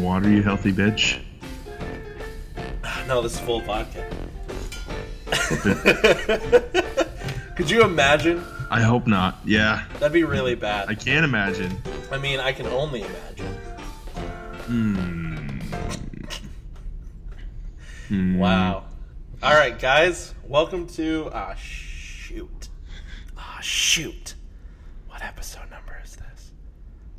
filthy bitch. No, this is full vodka. Could you imagine? I hope not. Yeah, That'd be really I bad. can't imagine. I mean, I can only imagine. Hmm. Hmm. Wow. All right, guys, welcome to ah shoot, ah shoot. What episode number is this?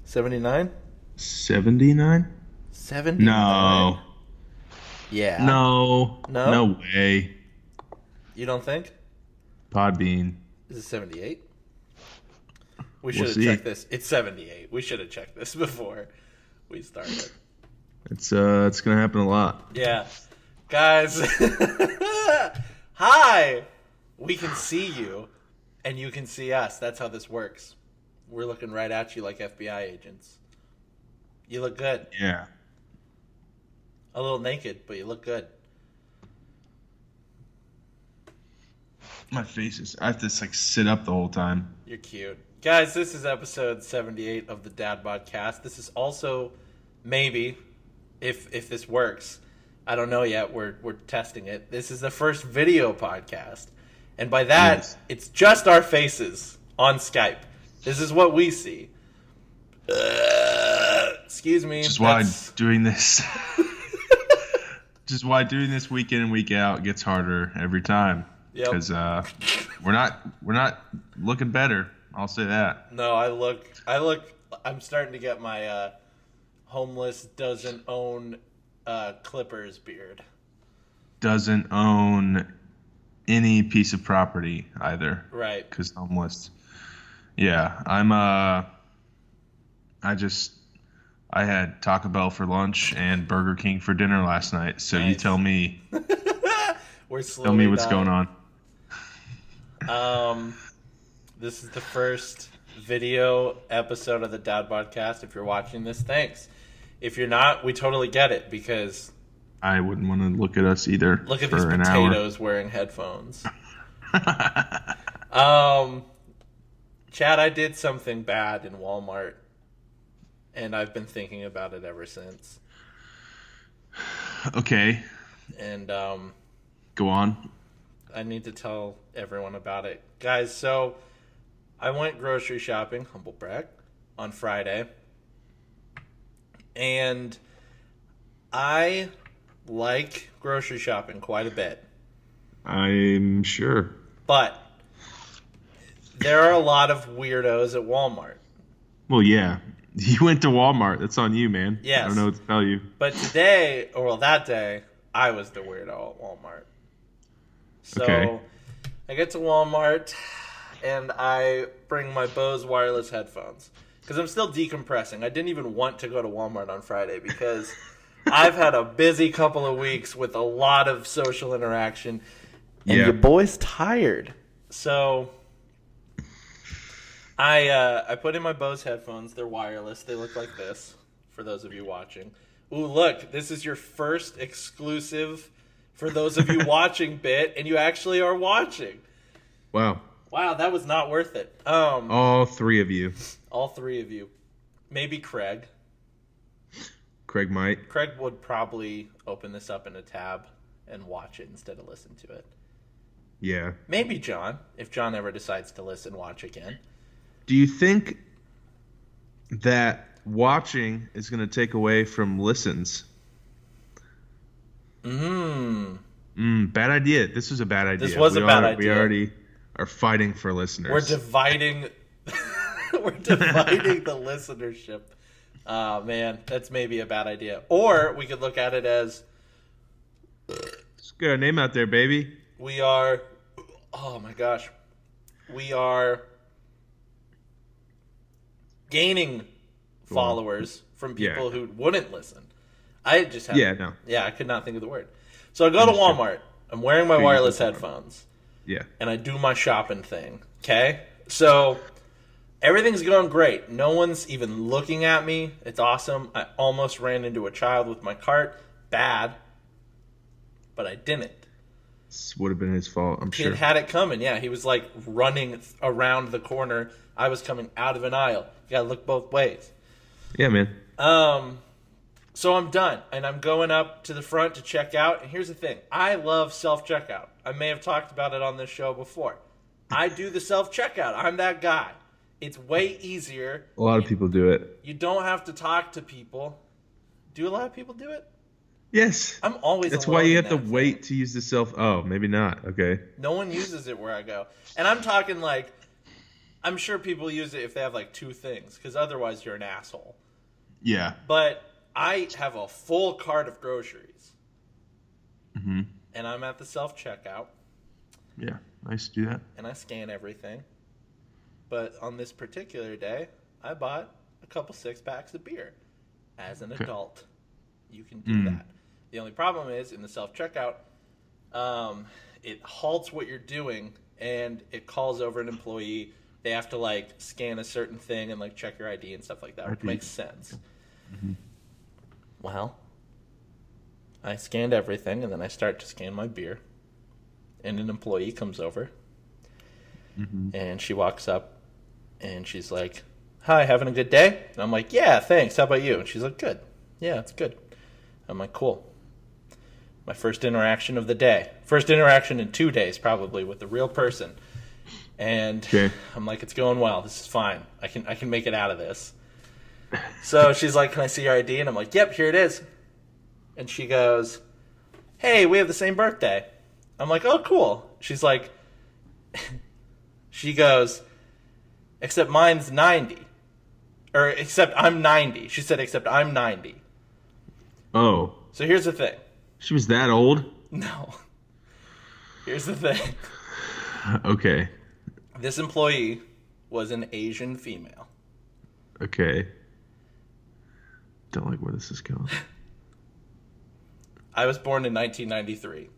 Seventy nine. 79? Seventy. No. Yeah. No. No? No way. You don't think? Podbean. Is it seventy eight? We should We'll have see. checked this. It's seventy eight. We should have checked this before we started. It's uh it's gonna happen a lot. Yeah. Guys. Hi. We can see you and you can see us. That's how this works. We're looking right at you like FBI agents. You look good. Yeah. A little naked, but you look good. My face is I have to like sit up the whole time. You're cute. Guys, this is episode 78 of the Dad Podcast. This is also maybe if if this works. I don't know yet. We're we're testing it. This is the first video podcast. And by that, Yes. it's just our faces on Skype. This is what we see. Uh, excuse me. Just why That's- doing this Just why doing this week in and week out gets harder every time. Yep. Because uh we're not we're not looking better. I'll say that. No, I look. I look. I'm starting to get my uh, homeless doesn't own uh, Clippers beard. Doesn't own any piece of property either. Right. because homeless. Yeah, I'm. Uh, I just I had Taco Bell for lunch and Burger King for dinner last night. So you Nice. tell me, We're tell me what's going on. Um, this is the first video episode of the Dad Podcast. If you're watching this, thanks. If you're not, we totally get it because I wouldn't want to look at us either. look at for these an hour. potatoes wearing headphones. um, Chad, I did something bad in Walmart, and I've been thinking about it ever since. Okay, And um, go on. I need to tell everyone about it. Guys, so I went grocery shopping, humble brag, on Friday. And I like grocery shopping quite a bit. I'm sure. But there are a lot of weirdos at Walmart. Well, yeah. You went to Walmart. That's on you, man. Yes. I don't know what to tell you. But today, or well, that day, I was the weirdo at Walmart. So Okay. I get to Walmart and I bring my Bose wireless headphones because I'm still decompressing. I didn't even want to go to Walmart on Friday because I've had a busy couple of weeks with a lot of social interaction and Yeah. your boy's tired. So I uh, I put in my Bose headphones. They're wireless. They look like this for those of you watching. Ooh, look! This is your first exclusive for those of you watching bit, and you actually are watching. Wow. Wow, that was not worth it. Um, All three of you. all three of you, maybe Craig. Craig might. Craig would probably open this up in a tab and watch it instead of listen to it. Yeah. Maybe John, if John ever decides to listen, watch again. Do you think that watching is going to take away from listens? Mmm. Mm, bad idea. This was a bad idea. This was a bad We idea. already are fighting for listeners. We're dividing. we're dividing the listenership. Ah man, that's maybe a bad idea. Or we could look at it as Just get our name out there, baby. we are. Oh my gosh, we are gaining followers from Yeah. people who wouldn't listen. I just had, Yeah, no. yeah, I could not think of the word. So I go to Understood. Walmart. I'm wearing my Figures wireless of Walmart. headphones. Yeah. and I do my shopping thing. Okay? So everything's going great. No one's even looking at me. It's awesome. I almost ran into a child with my cart. Bad. But I didn't. This would have been his fault, I'm Kid sure. had it coming. Yeah, he was like running th- around the corner. I was coming out of an aisle. You gotta look both ways. yeah, man. Um, So I'm done, and I'm going up to the front to check out. And here's the thing I love self checkout. I may have talked about it on this show before. I do the self checkout, I'm that guy. It's way easier. A lot of people do it. You don't have to talk to people. Do a lot of people do it? Yes. I'm always. That's alone why you in have to that. wait to use the self. Oh, maybe not. Okay. No one uses it where I go, and I'm talking like, I'm sure people use it if they have like two things, because otherwise you're an asshole. Yeah. But I have a full cart of groceries, hmm and I'm at the self checkout, Yeah. I used to do that. and I scan everything. But on this particular day, I bought a couple six packs of beer. As an Okay. adult, you can do Mm. that. The only problem is in the self checkout, um, it halts what you're doing and it calls over an employee. They have to like scan a certain thing and like check your ID and stuff like that, which ID. makes sense. Well, I scanned everything and then I start to scan my beer. And an employee comes over and she walks up and she's like, Hi, having a good day? And I'm like, Yeah, thanks. How about you? And she's like, Good. Yeah, it's good. I'm like, Cool. My first interaction of the day. First interaction in two days, probably, with the real person. And Okay. I'm like, It's going well. This is fine. I can I can make it out of this. So she's like, Can I see your ID? And I'm like, Yep, here it is. And she goes, Hey, we have the same birthday. I'm like, Oh, cool. She's like, She goes, except mine's 90. Or except I'm 90. She said, except I'm 90. Oh, So here's the thing. she was that old. No. Here's the thing. Uh, Okay. This employee was an Asian female. Okay. Don't like where this is going. I was born in 1993.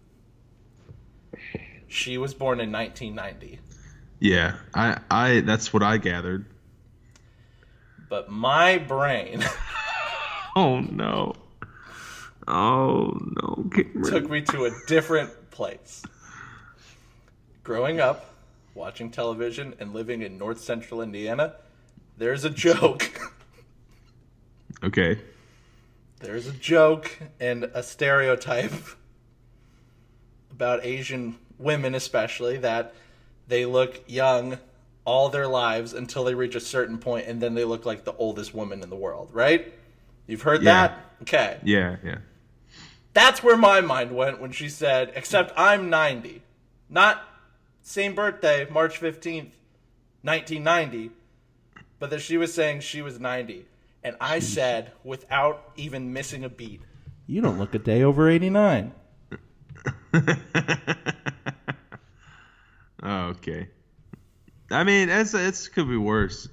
She was born in 1990. Yeah, I, I, that's what I gathered. But my brain Oh no. Oh no, Cameron. took me to a different place. Growing up, watching television, and living in north central Indiana, there's a joke. Okay. There's a joke and a stereotype about Asian women, especially, that they look young all their lives until they reach a certain point and then they look like the oldest woman in the world, right? You've heard Yeah. that? Okay. Yeah, yeah. That's where my mind went when she said, except I'm 90. Not same birthday, March 15th, 1990, but that she was saying she was 90. And I said, without even missing a beat, you don't look a day over 89. Oh, okay. I mean, it's it's could be worse.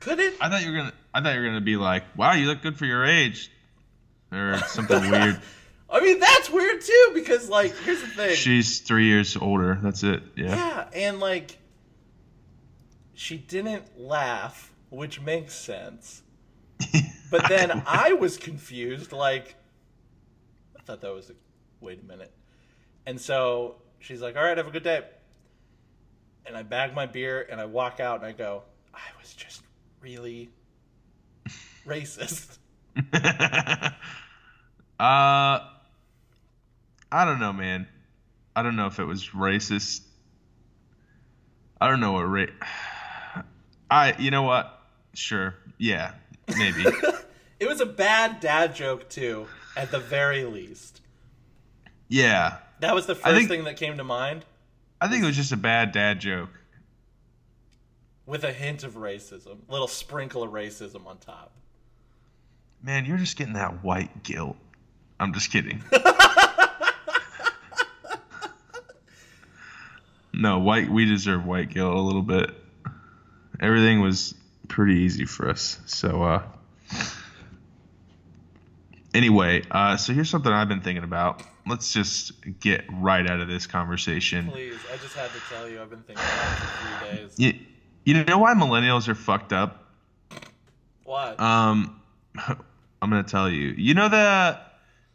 Could it? I thought you were gonna. I thought you were gonna be like, "Wow, you look good for your age," or something weird. I mean, that's weird too, because, like, here's the thing. She's three years older. That's it. Yeah. yeah, and, like, she didn't laugh, which makes sense. But then I was confused. Like, I thought that was a wait a minute. And so she's like, "All right, have a good day." And I bag my beer and I walk out and I go, "I was just really racist." uh, I don't know, man. I don't know if it was racist. I don't know what ra- I. You know what? Sure. Yeah. Maybe. It was a bad dad joke too, at the very least. yeah. That was the first think- thing that came to mind, I think it was just a bad dad joke. with a hint of racism, little sprinkle of racism on top. Man, you're just getting that white guilt. I'm just kidding. no, white. We deserve white guilt a little bit. Everything was pretty easy for us. So, uh, anyway, uh, so here's something I've been thinking about. Let's just get right out of this conversation. Please, I just had to tell you, I've been thinking about it for three days. You, you know why millennials are fucked up? What? Um, I'm gonna tell you. You know the,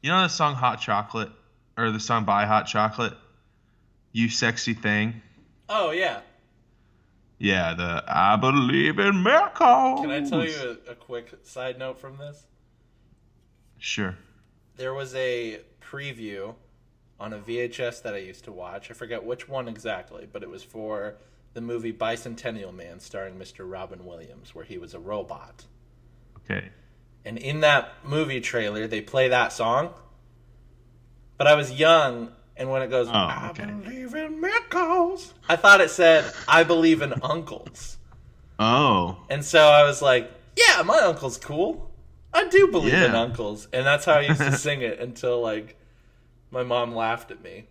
you know the song "Hot Chocolate" or the song by Hot Chocolate," "You Sexy Thing." oh yeah. Yeah, the "I Believe in Miracles." Can I tell you a, a quick side note from this? Sure. there was a preview on a VHS that I used to watch. I forget which one exactly, but it was for the movie Bicentennial Man starring Mr. Robin Williams, where he was a robot. Okay. And in that movie trailer, they play that song. But I was young, and when it goes, Oh, I okay. believe in miracles, I thought it said, I believe in uncles. Oh, And so I was like, yeah, my uncle's cool. I do believe in Yeah. uncles. And that's how I used to sing it until, like, my mom laughed at me.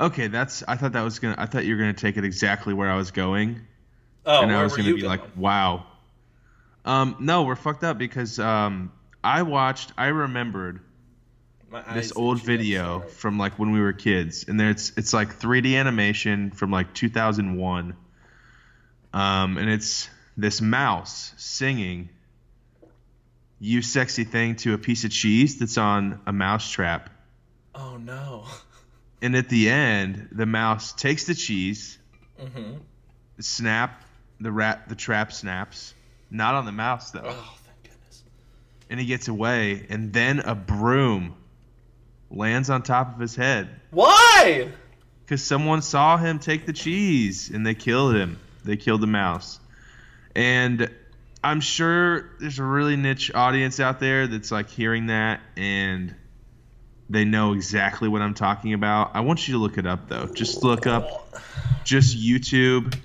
okay. That's. I thought that was gonna. I thought you were gonna take it exactly where I was going, Oh, and where I was were gonna you be going? like, wow. Um, no, we're fucked up because um, I watched. I remembered My eyes this old itchy, I'm video sorry. from like when we were kids, and there it's it's like 3D animation from like 2001, um, and it's this mouse singing "You Sexy Thing" to a piece of cheese that's on a mouse trap, Oh, no. and at the end, the mouse takes the cheese, hmm snap the rat, the trap snaps, not on the mouse though. Oh, thank goodness. and he gets away and then a broom lands on top of his head Why? because someone saw him take the cheese and they killed him they killed the mouse and i'm sure there's a really niche audience out there that's like hearing that and they know exactly what i'm talking about i want you to look it up though just look up just youtube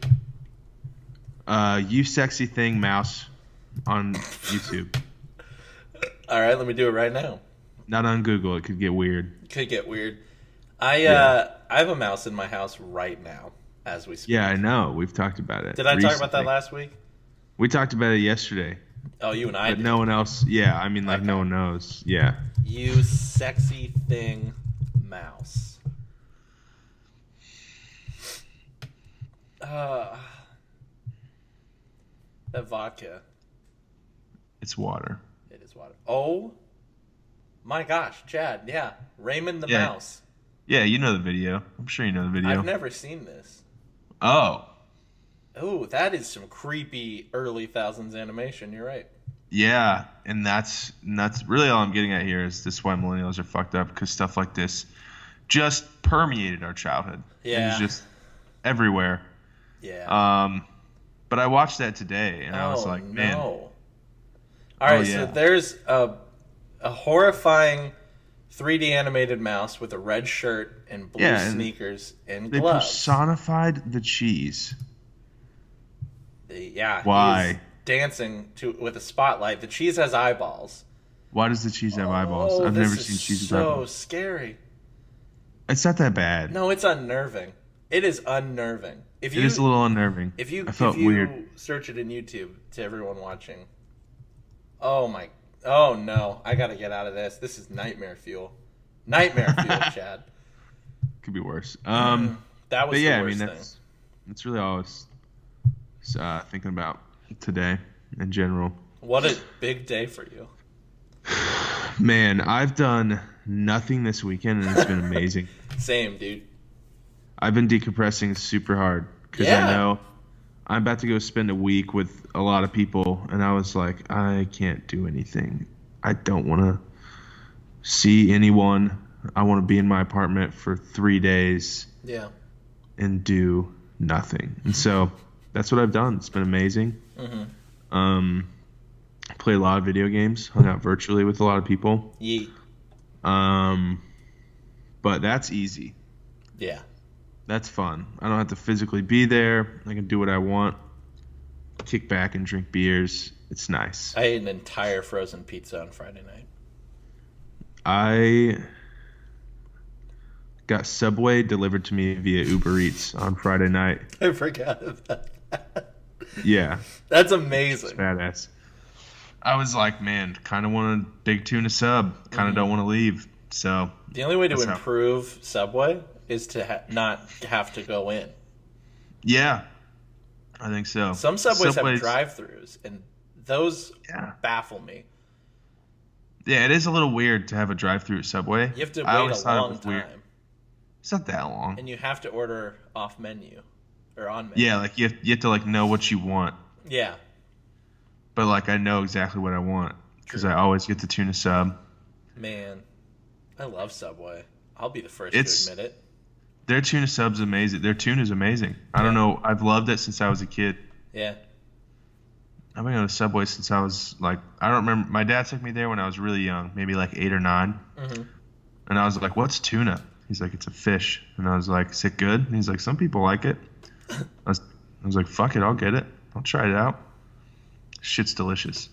uh you sexy thing mouse on youtube All right, let me do it right now. not on google it could get weird Could get weird. I uh, Yeah. I have a mouse in my house right now as we speak. Yeah, I know. We've talked about it. Did I talk about recently. that last week? We talked about it yesterday, Oh, you and I but did. no one else. Yeah, I mean, like Okay. no one knows. Yeah, You sexy thing mouse. Uh, that vodka. it's water. It is water. Oh my gosh, Chad. Yeah. Raymond the Yeah. mouse. Yeah, you know the video. I'm sure you know the video. I've never seen this. oh, Oh, that is some creepy early thousands animation. You're right. yeah, and that's and that's really all I'm getting at here is this why millennials are fucked up because stuff like this just permeated our childhood. it Yeah. was just everywhere. Yeah. Um, but I watched that today and I was like, man, Oh, All right, Oh, so yeah. there's a a horrifying 3D animated mouse with a red shirt and blue Yeah, and sneakers and they gloves. personified the cheese. The- yeah, Why? he's dancing to with a spotlight. The cheese has eyeballs. Why does the cheese have eyeballs? Oh, I've this never is seen cheese with So eyeballs. scary. It's not that bad. No, it's unnerving. It is unnerving. If you it is a little unnerving. if you I felt if you weird. search it in YouTube to everyone watching. Oh my! Oh no! I gotta get out of this. This is nightmare fuel. Nightmare fuel, Chad. Could be worse. Um, That was but yeah, the I mean worst that's that's really all I was uh, thinking about today in general. thing. What a big day for you. Man, I've done nothing this weekend and it's been amazing. Same, dude. I've been decompressing super hard because Yeah. I know I'm about to go spend a week with a lot of people, and I was like, I can't do anything. I don't want to see anyone. I want to be in my apartment for three days. Yeah. and do nothing. And so that's what I've done. It's been amazing. Mm-hmm. Um, played a lot of video games, hung out virtually with a lot of people. Yeet. Um, but that's easy. Yeah. That's fun. I don't have to physically be there. I can do what I want, kick back and drink beers. It's nice. I ate an entire frozen pizza on Friday night. I got Subway delivered to me via Uber Eats on Friday night. I forgot about that. Yeah. That's amazing. badass. I was like, man, kind of want a big tuna sub. Kind of Mm-hmm. don't want to leave. So The only way to That's how- improve Subway is to ha- not have to go in. yeah, I think so. Some Subways, Subway's- have drive-throughs, and those Yeah. baffle me. yeah, it is a little weird to have a drive-through at Subway. You have to I wait always a thought it long was time, weird. It's not that long. and you have to order off menu or on menu. Yeah, like you have, you have to like know what you want, Yeah. but like I know exactly what I want. because I always get the tuna sub. Man, I love Subway. I'll be the first It's- to admit it. Their tuna sub's amazing. Their tuna's amazing. I don't know. I've loved it since I was a kid. Yeah. I've been on the subway since I was like I don't remember. My dad took me there when I was really young, maybe like eight or nine, Mhm. and I was like, "What's tuna?" He's like, "It's a fish," and I was like, "Is it good?" And he's like, "Some people like it." I was, I was like, "Fuck it, I'll get it. I'll try it out." Shit's delicious.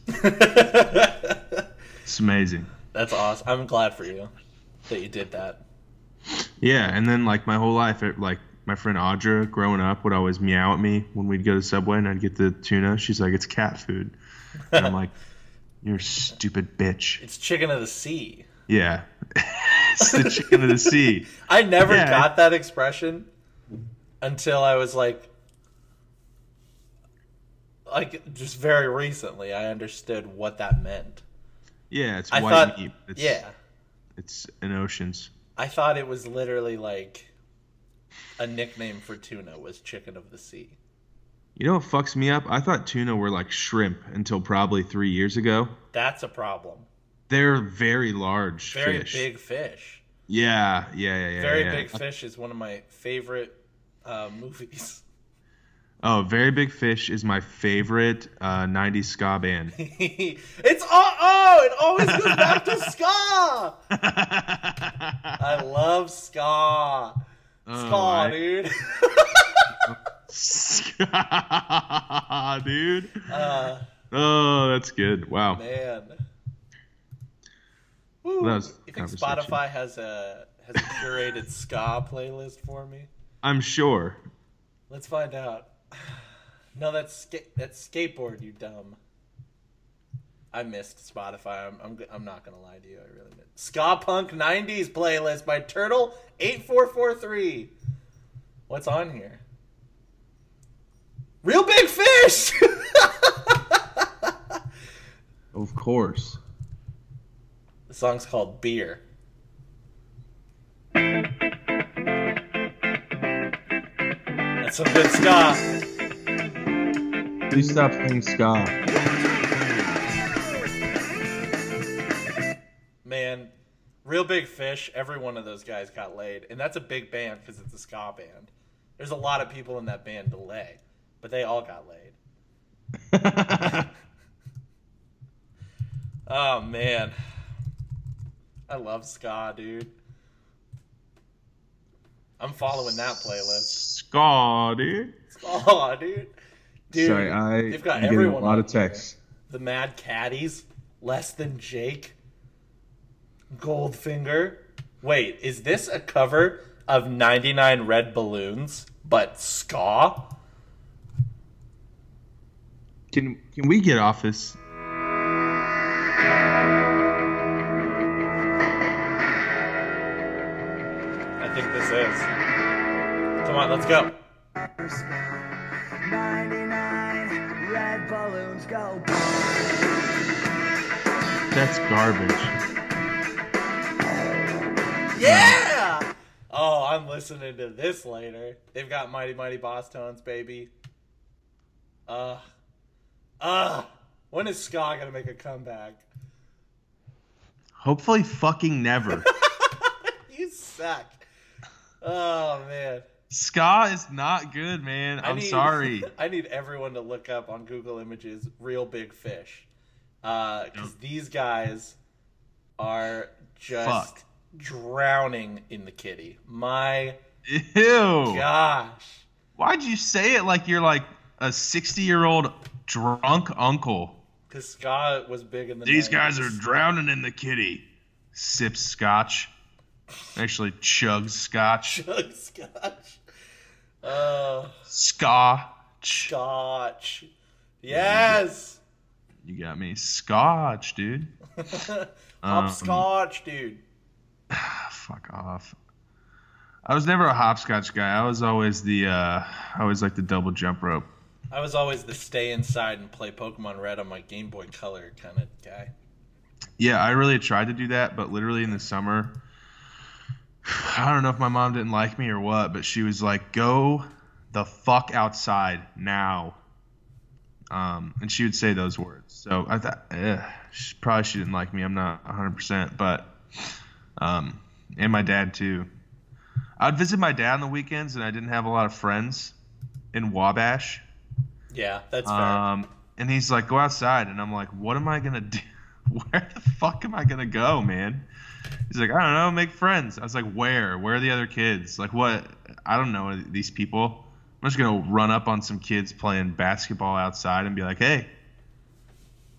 It's amazing. That's awesome. I'm glad for you that you did that. Yeah, and then like my whole life, it, like my friend Audra growing up would always meow at me when we'd go to Subway and I'd get the tuna. She's like, "It's cat food," and I'm like, "You're a stupid bitch." It's chicken of the sea. Yeah. it's the chicken of the sea. I never Yeah. got that expression until I was like like just very recently I understood what that meant. Yeah, it's I white thought- meat. It's, Yeah. It's an ocean's. I thought it was literally like a nickname for tuna was chicken of the sea. You know what fucks me up? I thought tuna were like shrimp until probably three years ago. That's a problem. They're very large Very fish. big fish. Yeah, yeah, yeah, yeah. Very yeah. big fish is one of my favorite uh, movies. Oh, Very Big Fish is my favorite uh, 90s ska band. it's oh, oh, it always goes back to ska. I love ska. Ska, Oh, I- dude. Ska, dude. uh, Oh, that's good. Wow. man. Woo. That was you think conversation. Spotify has a has a curated ska playlist for me? I'm sure. Let's find out. No, that's ska- that's skateboard, you dumb. I missed Spotify. I'm, I'm I'm not gonna lie to you. I really missed ska punk '90s playlist by Turtle eight four four three. What's on here? Real big fish. Of course. the song's called Beer. That's some good ska. Please stop playing ska. Man, Real Big Fish, every one of those guys got laid. And that's a big band because it's a ska band. There's a lot of people in that band to lay, but they all got laid. Oh, man. I love ska, dude. I'm following that playlist. Ska, dude. Ska, dude. Dude, Sorry, I they've got am getting a everyone lot on of here. texts. The Mad Caddies, Less Than Jake, Goldfinger. Wait, is this a cover of 99 Red Balloons, but ska? Can can we get off this? I think this is. Come on, let's go. 99 red balloons go. That's garbage. Yeah! Oh, I'm listening to this later. They've got Mighty Mighty Boss Tones, baby. Uh, uh, when is ska gonna make a comeback? Hopefully, fucking never. You suck. Oh, man. Ska is not good, man. I I'm need- sorry. I need everyone to look up on Google Images "real big fish," because these guys are just Fuck. drowning in the kitty. My Ew. gosh, Why'd you say it like you're like a 60 year old drunk uncle? because ska was big in the. These guys are 90s. drowning in the kitty. Sips scotch. Actually, chugs scotch. Chug scotch. Oh, Scotch. scotch. Yes, You got me. Scotch, dude. Um, hopscotch, dude. Ah, Fuck off. I was never a hopscotch guy. I was always the, uh, I was like the double jump rope. I was always the stay inside and play Pokemon Red on my Game Boy Color kind of guy. Yeah, I really tried to do that, but literally in the summer, I don't know if my mom didn't like me or what, but she was like, "Go the fuck outside now." um, and she would say those words. So I thought, eh, she, probably she didn't like me. I'm not 100%, but, um, and my dad too. I'd visit my dad on the weekends, and I didn't have a lot of friends in Wabash. Yeah, that's fair. Um, and he's like, go outside. And I'm like, what am I going to do? Where the fuck am I going to go, man? He's like, I don't know, make friends. I was like, where? Where are the other kids? Like, what? I don't know these people. I'm just going to run up on some kids playing basketball outside and be like, hey,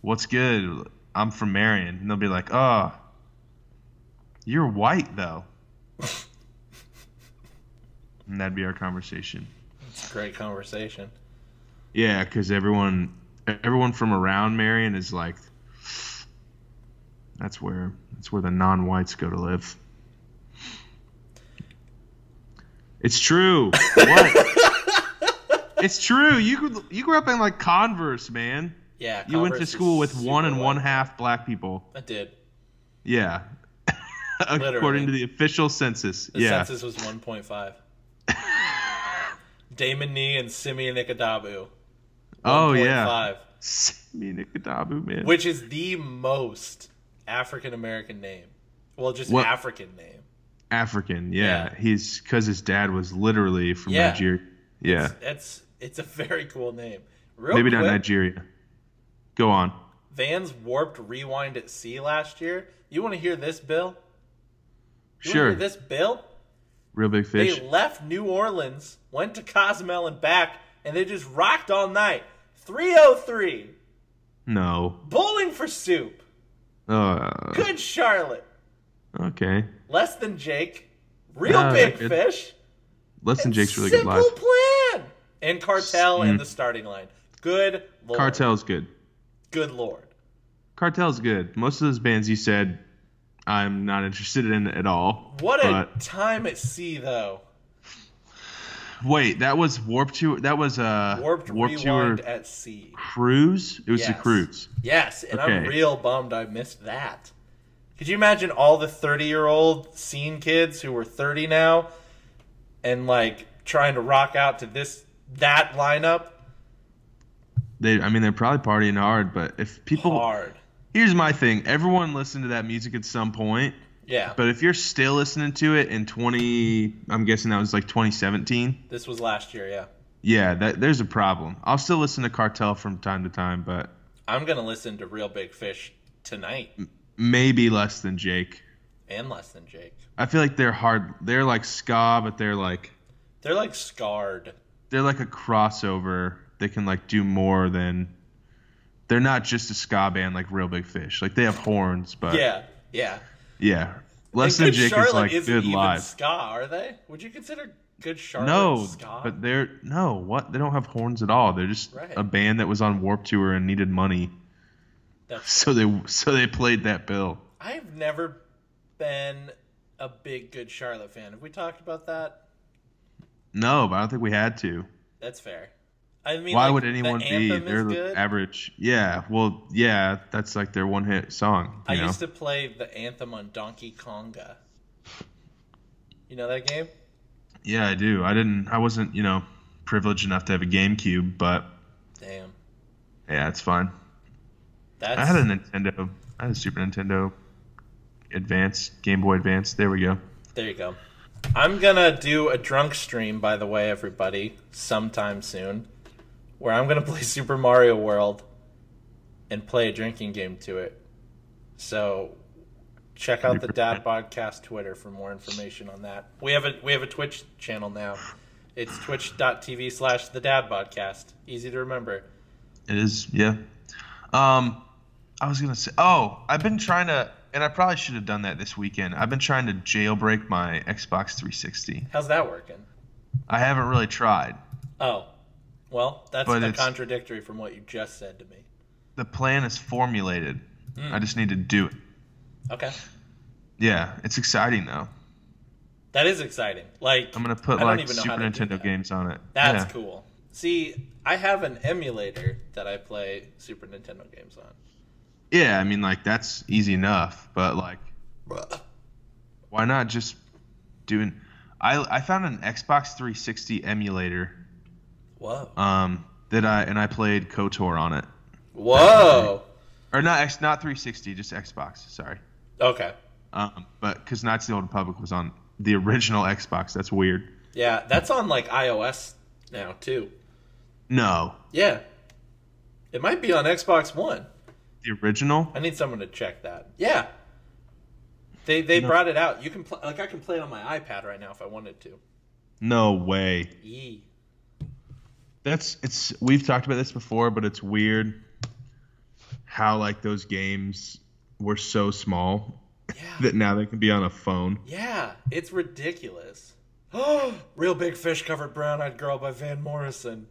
what's good? I'm from Marion. And they'll be like, oh, you're white, though. and that'd be our conversation. it's a great conversation. Yeah, because everyone, everyone from around Marion is like, that's where that's where the non-whites go to live. It's true. What? it's true. You grew- you grew up in like Converse, man. Yeah, You went to Converse is school with one super and one white. half black people. I did. Yeah. Literally. According to the official census. The yeah. census was 1.5. Damon Nee and Simeon Ikadabu. Oh yeah. 1.5, Me and Nicodabu, man. Which is the most African American name. Well, just What- African name. African, yeah. Yeah. He's because his dad was literally from Yeah. Nigeria. Yeah. That's it's a very cool name. Real Maybe quick, not Nigeria. Go on. Vans warped rewind at sea last year. You want to hear this, Bill? You wanna sure. hear this, Bill? Real big fish. They left New Orleans, went to Cozumel and back, and they just rocked all night. 303, No. bowling for soup. Uh, Good Charlotte. okay. Less than Jake. Real Yeah, big good. fish. Less than Jake's really good Mm. Simple live. plan. And Cartel in the starting line. Good lord. Cartel's good. Good lord. Cartel's good. Most of those bands you said I'm not interested in at all. What a But- time at sea, though. Wait, that was Warp Tour. That was uh, Warped Warp rewind Tour at sea. cruise. It was the Yes. cruise. Yes, and I'm Okay. real bummed I missed that. Could you imagine all the 30 year old scene kids who were 30 now and like trying to rock out to this that lineup? They, I mean, they're probably partying hard, but if people, Hard. here's my thing: everyone listened to that music at some point. Yeah. But if you're still listening to it in 20, I'm guessing that was like 2017. this was last year, yeah. Yeah, that, there's a problem. I'll still listen to Cartel from time to time, but I'm going to listen to Real Big Fish tonight Mm. maybe less than Jake. and less than Jake. I feel like they're hard. They're like ska, but they're like They're like scarred. they're like a crossover. They can like do more than. They're not just a ska band like Real Big Fish. Like they have horns, but Yeah, yeah. yeah. Less And than Good Jake Charlotte is like isn't good even live. ska, are they? Would you consider Good Charlotte No, ska? but they're no what they don't have horns at all. They're just Right. a band that was on Warp Tour and needed money, That's so they so they played that bill. I've never been a big Good Charlotte fan. Have we talked about that? No, but I don't think we had to. That's fair. I mean, Why like, would anyone the be? anthem They're is the good. average. Yeah, well, yeah, that's like their one hit song. You I know? used to play the anthem on Donkey Konga. You know that game? Yeah, I do. I didn't. I wasn't, you know, privileged enough to have a GameCube, but Damn, yeah, it's fine. that's I had a Nintendo. I had a Super Nintendo Advance, Game Boy Advance. There we go. There you go. I'm gonna do a drunk stream, by the way, everybody, sometime soon, where I'm gonna play Super Mario World and play a drinking game to it. So check out the Dad Podcast Twitter for more information on that. We have a we have a Twitch channel now. It's twitch.tv slash the dad podcast. Easy to remember. It is, yeah. Um, I was gonna say, oh, I've been trying to, and I probably should have done that this weekend. I've been trying to jailbreak my Xbox 360. How's that working? I haven't really tried. Oh. Well, that's But the it's- contradictory from what you just said to me. The plan is formulated. Hmm. I just need to do it. Okay. Yeah, it's exciting though. That is exciting. Like I'm gonna put I don't like even know how Super to do Nintendo that. games on it. That's yeah. cool. See, I have an emulator that I play Super Nintendo games on. Yeah, I mean like that's easy enough, but like why not just doing I I found an Xbox 360 emulator Whoa. um that I and I played KOTOR on it. Whoa. Or not X, not 360, just Xbox. Sorry. Okay. Um, but because Knights of the Old Republic was on the original Xbox. That's weird. Yeah, that's on like iOS now too. No, Yeah. It might be on Xbox One. the original. I need someone to check that. Yeah. They they brought it out. You can play like I can play it on my iPad right now if I wanted to. No way. Yee. That's it's. We've talked about this before, but it's weird how like those games were so small Yeah. that now they can be on a phone. Yeah, it's ridiculous. Oh, Real Big Fish covered Brown Eyed Girl by Van Morrison.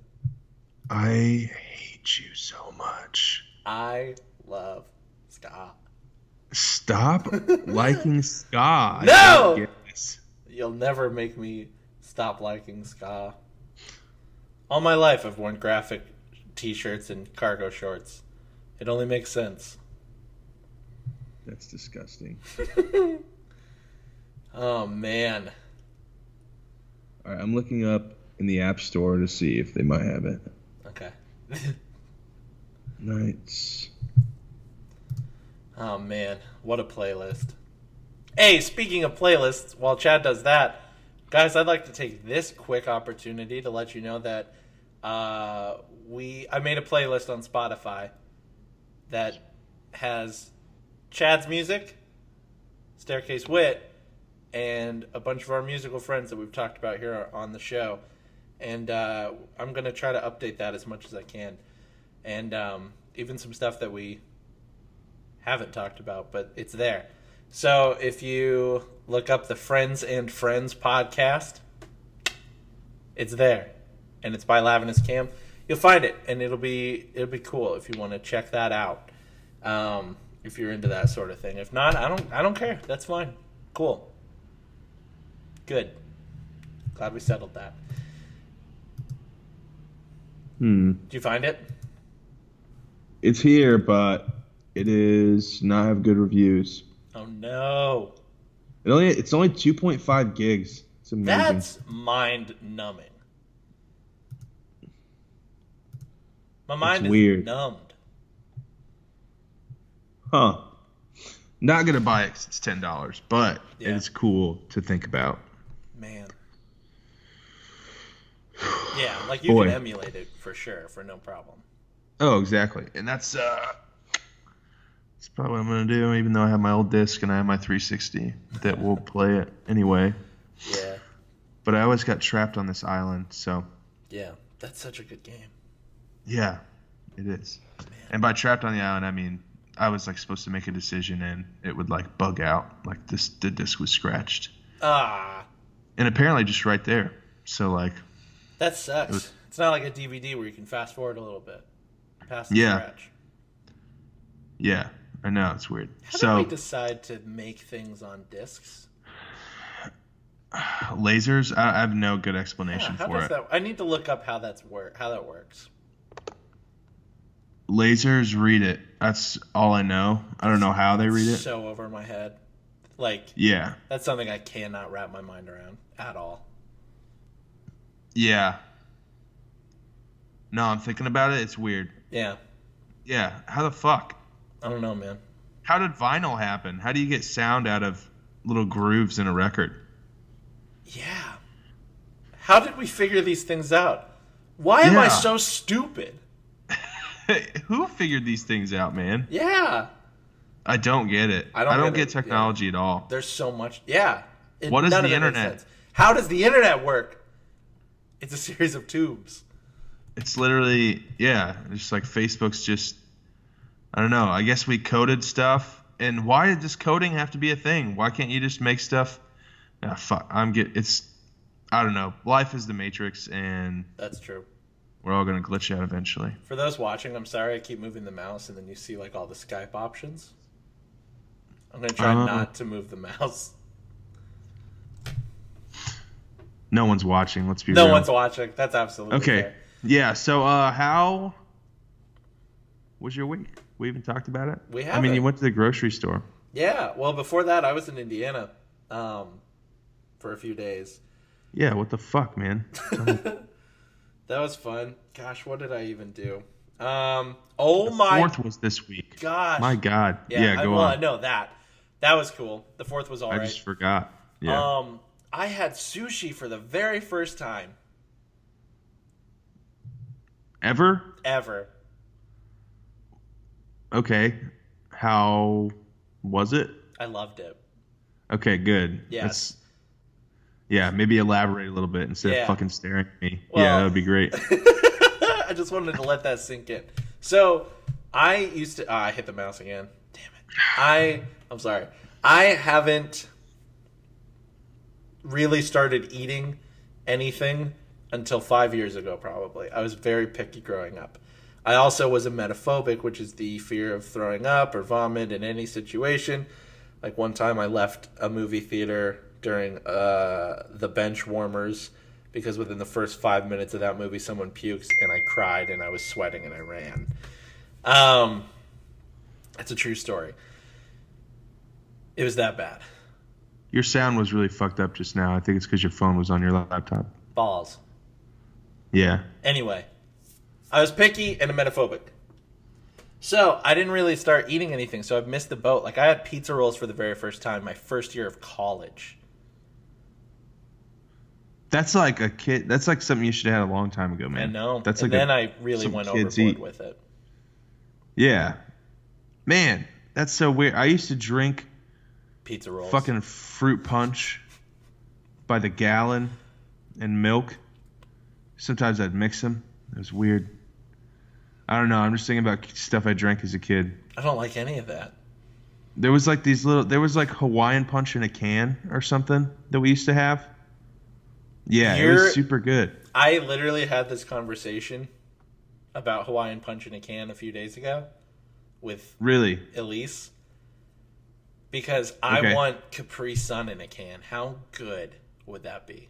I hate you so much. I love ska. Stop liking ska. I No! don't get this. You'll never make me stop liking ska. All my life I've worn graphic t shirts and cargo shorts. It only makes sense. That's disgusting. Oh man. All right, I'm looking up in the App Store to see if they might have it. Okay. Nights. Oh man, what a playlist. Hey, speaking of playlists, while Chad does that, guys, I'd like to take this quick opportunity to let you know that uh, we I made a playlist on Spotify that has Chad's music, Staircase Wit, and a bunch of our musical friends that we've talked about here on the show. And uh, I'm gonna try to update that as much as I can, and um, even some stuff that we haven't talked about, but it's there. So if you look up the Friends and Friends podcast, it's there, and it's by Lavinus Cam. You'll find it, and it'll be it'll be cool if you want to check that out. Um, if you're into that sort of thing, if not, I don't I don't care. That's fine. Cool. Good. Glad we settled that. Hmm. Did you find it? It's here, but it is not have good reviews. Oh no, It only it's only 2.5 gigs. It's amazing. that's mind numbing. My mind is weird. numbed. Huh. Not gonna buy it. 'cause It's ten dollars, but Yeah. it's cool to think about. Man. Yeah, like you Boy. can emulate it for sure, for no problem. Oh, exactly. And that's uh, that's probably what I'm gonna do. Even though I have my old disc and I have my 360 that will play it anyway. Yeah, But I always got trapped on this island, so yeah, that's such a good game. yeah, it is. And by trapped on the island, I mean I was like supposed to make a decision and it would like bug out, like this the disc was scratched, Ah, and apparently just right there. So like that sucks. it's not like a DVD where you can fast forward a little bit past the Yeah. scratch. yeah, I know it's weird. How so did we decide to make things on discs? lasers, I, I have no good Yeah, explanation how for does it. that? I need to look up how that's work. How that works. Lasers read it. That's all I know. I don't know how they read it. So over my head, like Yeah. that's something I cannot wrap my mind around at all. Yeah. No, I'm thinking about it. It's weird. Yeah, Yeah. How the fuck? I don't know, man. How did vinyl happen? How do you get sound out of little grooves in a record? Yeah. How did we figure these things out? Why am I Yeah. so stupid? Who figured these things out, man? Yeah. I don't get it. I I don't don't, get get, it, yeah. technology at all. There's so much. Yeah. It- What is none the of it makes internet? sense. How does the internet work? It's a series of tubes. It's literally, yeah, just like Facebook's just, I don't know. I guess we coded stuff. And why does coding have to be a thing? Why can't you just make stuff? Ah, fuck. I'm get. It's, I don't know. Life is the matrix, and That's true. we're all gonna glitch out eventually. For those watching, I'm sorry I keep moving the mouse and then you see like all the Skype options. I'm going to try Oh. not to move the mouse. No one's watching. Let's be No real. one's watching. That's absolutely okay. fair. Yeah. So, uh, how was your week? We even talked about it. We I mean, you haven't. went to the grocery store. Yeah. Well, before that, I was in Indiana um, for a few days. Yeah. What the fuck, man? That was fun. Gosh, what did I even do? Um, oh my Fourth was this week. gosh. My God. Yeah, I, go well, I on. know that. That was cool. The fourth was all I right. just forgot. Yeah. Um, I had sushi for the very first time Ever? ever. Okay. How was it? I loved it. Okay, good. Yes. That's- yeah, maybe elaborate a little bit instead Yeah. of fucking staring at me. Well- yeah, that would be great. I just wanted to let that sink in. So I used to. ah, I hit the mouse again. Damn it. I. I'm sorry. I haven't really started eating anything until five years ago. Probably. I was very picky growing up. I also was a metaphobic, which is the fear of throwing up or vomit in any situation. Like one time, I left a movie theater during uh, the bench warmers because within the first five minutes of that movie, someone pukes and I cried and I was sweating and I ran. Um, that's a true story. It was that bad. Your sound was really fucked up just now. I think it's because your phone was on your laptop. Balls. Yeah. Anyway, I was picky and a metaphobic. So I didn't really start eating anything, so I've missed the boat. Like I had pizza rolls for the very first time my first year of college. That's like a kid. That's like something you should have had a long time ago, man. I know. That's and like then a- I really some went kids overboard eat. with it. Yeah. Man, that's so weird. I used to drink Pizza rolls. fucking fruit punch by the gallon and milk. Sometimes I'd mix them. It was weird. I don't know. I'm just thinking about stuff I drank as a kid. I don't like any of that. There was like these little. There was like Hawaiian punch in a can or something that we used to have. Yeah, it You're- was super good. I literally had this conversation about Hawaiian punch in a can a few days ago with Really. Elise because I Okay. want Capri Sun in a can. How good would that be?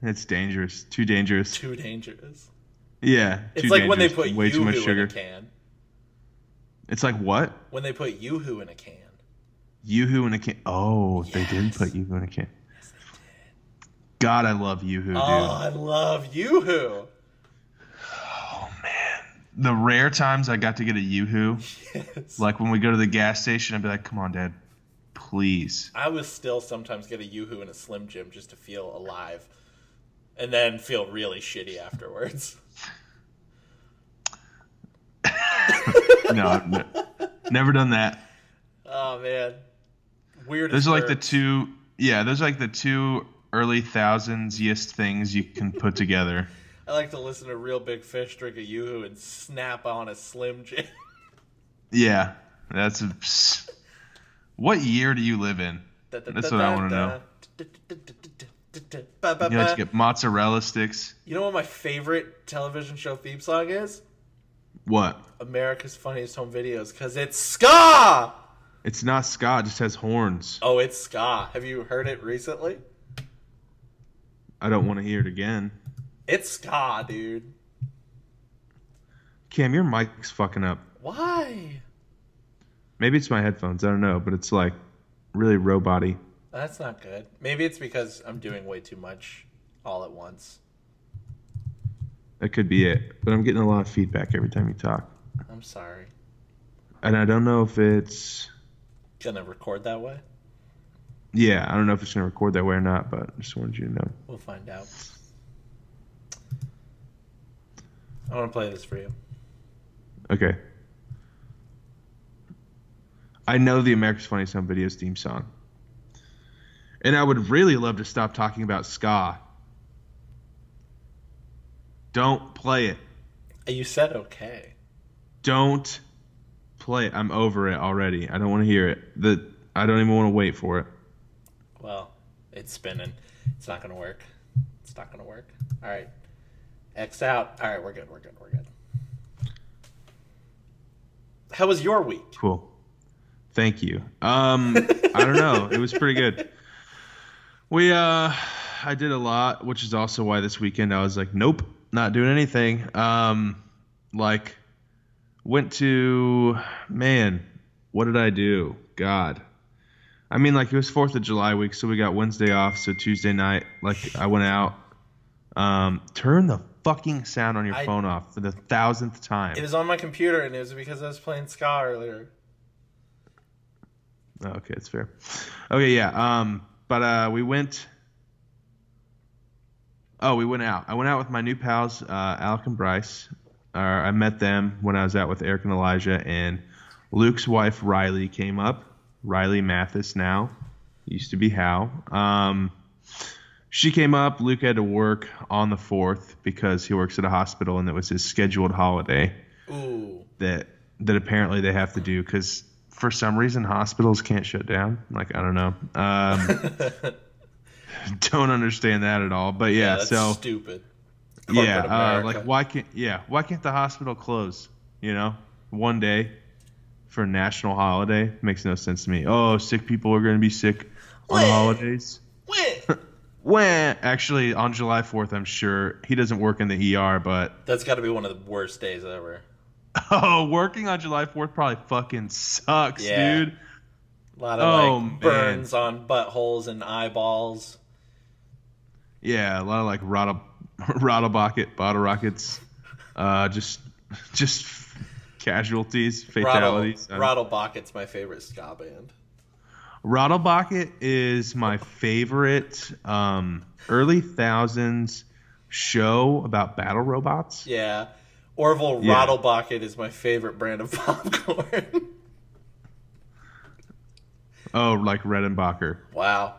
It's dangerous. Too dangerous. Too dangerous. yeah. It's too like when they dangerous. put way Yoo-hoo too much in sugar. a can. It's like what? When they put Yoo-hoo in a can. Yoo-hoo in a can. Oh, they didn't Yes. put Yoo-hoo in a can. God, I love Yoo-hoo, Oh, I love Yoo-hoo. dude. The rare times I got to get a Yoo-hoo, Yes. like when we go to the gas station, I'd be like, "Come on, Dad, please." I would still sometimes get a Yoo-hoo and a Slim Jim just to feel alive and then feel really shitty afterwards. No, I've ne- never done that. Oh, man. Weird. Those as are like the birds. two. Yeah, those are like the two early thousands-iest things you can put together. I like to listen to Real Big Fish drink a Yoo-Hoo and snap on a Slim Jim. Yeah, that's. A, psst. what year do you live in? That's what I wanna know. You like to know. get mozzarella sticks. You know what my favorite television show theme song is? What? America's Funniest Home Videos because it's ska. It's not ska. It just has horns. Oh, it's ska. Have you heard it recently? I don't want to hear it again. It's ska, dude. Cam, your mic's fucking up. Why? Maybe it's my headphones. I don't know, but it's like really roboty. That's not good. Maybe it's because I'm doing way too much all at once. That could be it. But I'm getting a lot of feedback every time you talk, I'm sorry. and I don't know if it's Gonna record that way? yeah. I don't know if it's gonna record that way or not. But I just wanted you to know. We'll find out. I want to play this for you. Okay. I know the America's Funniest Home Videos theme song, and I would really love to stop talking about ska. Don't play it. You said okay. don't play it. I'm over it already. I don't want to hear it. The I don't even want to wait for it. Well, it's spinning. It's not gonna work. It's not gonna work. All right. X out. All right, we're good. We're good. We're good. How was your week? Cool. Thank you. Um, I don't know. It was pretty good. We uh, I did a lot, which is also why this weekend I was like, nope, not doing anything. Um, like went to man, what did I do? God. I mean, like it was Fourth of July week, so we got Wednesday off. So Tuesday night, like I went out. Um, turn the fucking sound on your I- phone off for the thousandth time. It was on my computer, and it was because I was playing ska earlier. Oh, Okay, it's fair. Okay, yeah. Um, but uh, we went. Oh, we went out. I went out with my new pals, uh, Alec and Bryce. Uh, I met them when I was out with Eric and Elijah, and Luke's wife Riley came up. Riley Mathis now used to be Hal. Um, she came up. Luke had to work on the fourth because he works at a hospital, and it was his scheduled holiday Ooh, that that apparently they have to do because for some reason hospitals can't shut down. Like I don't know. Um, don't understand that at all. But yeah, that's so stupid. corporate yeah, uh, America. like why can't yeah why can't the hospital close? You know, one day for a national holiday makes no sense to me. Oh, sick people are going to be sick on Wah. holidays. Wait, When actually on July Fourth, I'm sure he doesn't work in the ER, but that's got to be one of the worst days ever. oh, working on July Fourth probably fucking sucks, Yeah. dude. A lot of Oh, like man. burns on buttholes and eyeballs. Yeah, a lot of like rattle, rattle bucket, bottle rockets, uh, just just casualties, Rattle, fatalities. Rattle, Rattle Bucket's my favorite ska band. bucket is my favorite um, early thousands show about battle robots. Yeah. Orville Yeah. Rattle Bucket is my favorite brand of popcorn. Oh, like Redenbacher. wow.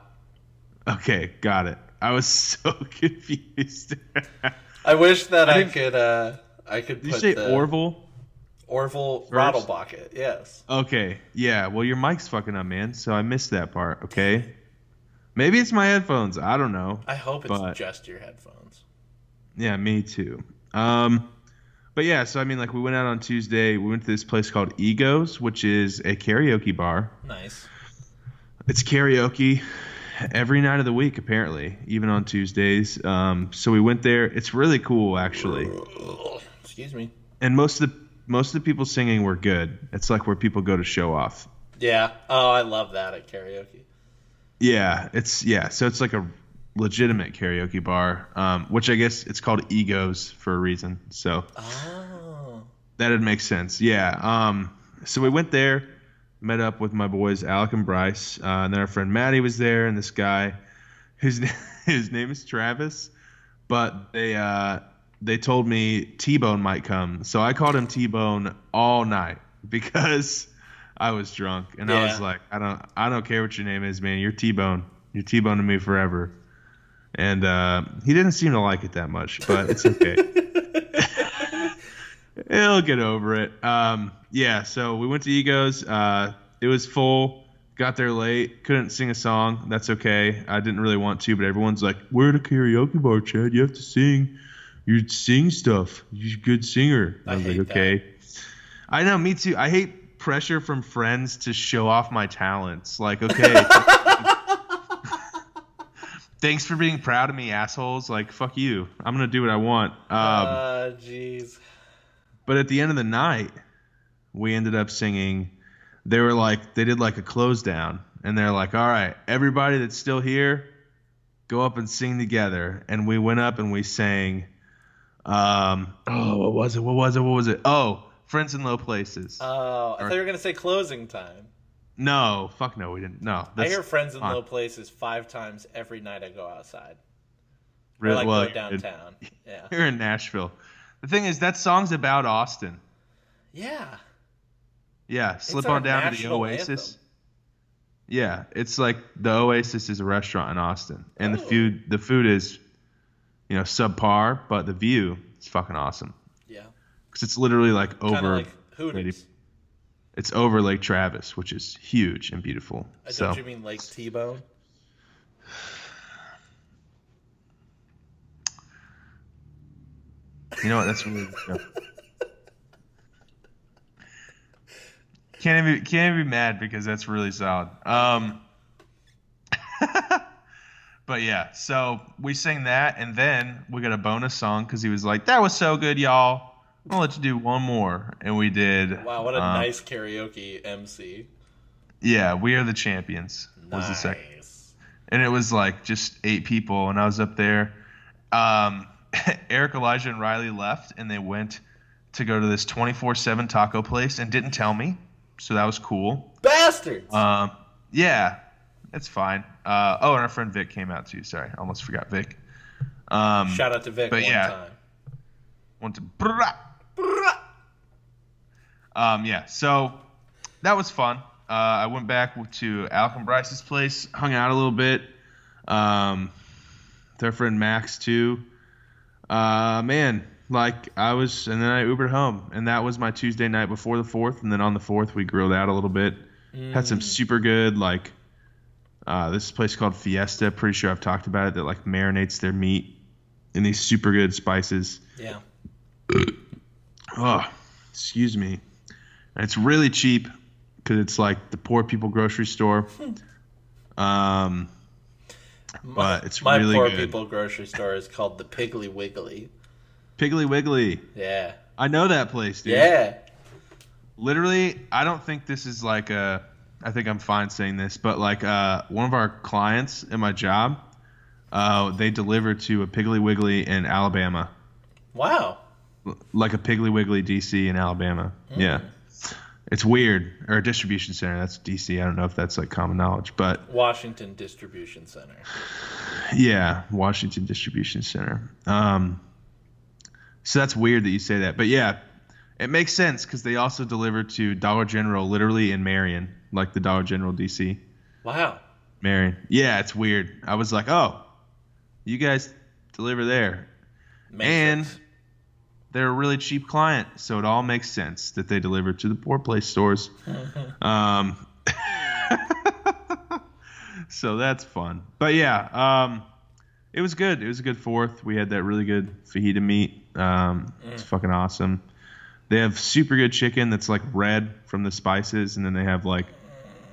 Okay, got it. I was so confused. I wish that I, didn't- could uh I could Did you put say the Orville? Orville Rattle first? Bucket. Yes. Okay, yeah. Well, your mic's fucking up, man. So I missed that part. Okay. Maybe it's my headphones. I don't know. I hope it's But- just your headphones. Yeah, me too. Um, but yeah, so I mean, like we went out on Tuesday. We went to this place called Egos, which is a karaoke bar. Nice. It's karaoke every night of the week, apparently, even on Tuesdays. Um, so we went there. It's really cool, actually. Excuse me. And most of the most of the people singing were good. It's like where people go to show off. Yeah. Oh, I love that at karaoke. Yeah, it's yeah. So it's like a legitimate karaoke bar, um, which I guess it's called Egos for a reason. So Oh. That'd make sense. Yeah. Um. So we went there, met up with my boys Alec and Bryce, uh, and then our friend Maddie was there, and this guy, his na- his name is Travis, but they uh they told me T Bone might come, so I called him T Bone all night because I was drunk, and I was Yeah. like, I don't I don't care what your name is, man. You're T Bone. You're T Bone to me forever. And uh, he didn't seem to like it that much, but it's okay. He'll get over it. Um, yeah, so we went to Egos. Uh, it was full. Got there late. Couldn't sing a song. That's okay. I didn't really want to, but everyone's like, "We're at a karaoke bar, Chad. You have to sing. You sing stuff. You're a good singer." I I was hate like, that. "Okay." I know. Me too. I hate pressure from friends to show off my talents. Like, okay. Thanks for being proud of me, assholes. Like, fuck you. I'm gonna do what I want. Um, Ah, jeez. but at the end of the night, we ended up singing. They were like, they did like a close down, and they're like, all right, everybody that's still here, go up and sing together. And we went up and we sang, um, oh, what was it? What was it? What was it? Oh, Friends in Low Places. Oh, I thought you were gonna say closing time. no, fuck no, we didn't. No, I hear friends in fine. low places five times every night I go outside. Or really like well, go downtown. Yeah. You're in Nashville. The thing is, that song's about Austin. Yeah. Yeah, slip our on down to the national Oasis. anthem. Yeah, it's like the Oasis is a restaurant in Austin, and the Oh. food the food is, you know, subpar, but the view is fucking awesome Yeah. because it's literally like Kind of over like Hooters. it's over Lake Travis, which is huge and beautiful. I so Don't you mean like T Bone? you know what? That's really yeah. Can't even can't even be mad because that's really solid. Um, but yeah, so we sang that, and then we got a bonus song because he was like, "That was so good, y'all. I'm gonna let you do one more," and we did. Wow, what a Uh, Um, nice karaoke MC. Yeah, we are the champions. Was the Nice. second, and it was like just eight people, and I was up there. Um, Eric, Elijah, and Riley left, and they went to go to this 24/7 taco place and didn't tell me, so that was cool. Bastards. Um, yeah, it's fine. Uh, oh, and our friend Vic came out too. Sorry, almost forgot Vic. Um, Shout out to Vic but one yeah. time. went to. Um, yeah, so that was fun. Uh, I went back to Alec and Bryce's place, hung out a little bit. Um, their friend Max too. Uh, man, like I was, and then I Ubered home, and that was my Tuesday night before the fourth, and then on the fourth we grilled out a little bit. Had some super good like. Uh, this place called Fiesta. Pretty sure I've talked about it. That like marinates their meat in these super good spices. Yeah. Oh, excuse me. And it's really cheap because it's like the poor people grocery store. Um, My, But it's Hmm. my really poor good. people grocery store is called the Piggly Wiggly. Piggly Wiggly. Yeah. I know that place, dude. Yeah. Literally, I don't think this is like a. I think I'm fine saying this, but like uh, one of our clients in my job, uh, they deliver to a Piggly Wiggly in Alabama, Wow. L- like a Piggly Wiggly DC in Alabama. Yeah. It's weird. Or a distribution center. That's DC. I don't know if that's like common knowledge, but Washington Distribution Center. Yeah, Washington Distribution Center. Um, so that's weird that you say that, but yeah, it makes sense because they also deliver to Dollar General, literally in Marion, like the Dollar General DC, Wow. Marion. Yeah, it's weird. I was like, oh, you guys deliver there, Makes And- sense. they're a really cheap client, so it all makes sense that they deliver to the poor place stores. um, so that's fun. But yeah, um, it was good. It was a good fourth. We had that really good fajita meat. Um, It's Mm. fucking awesome. They have super good chicken that's like red from the spices, and then they have like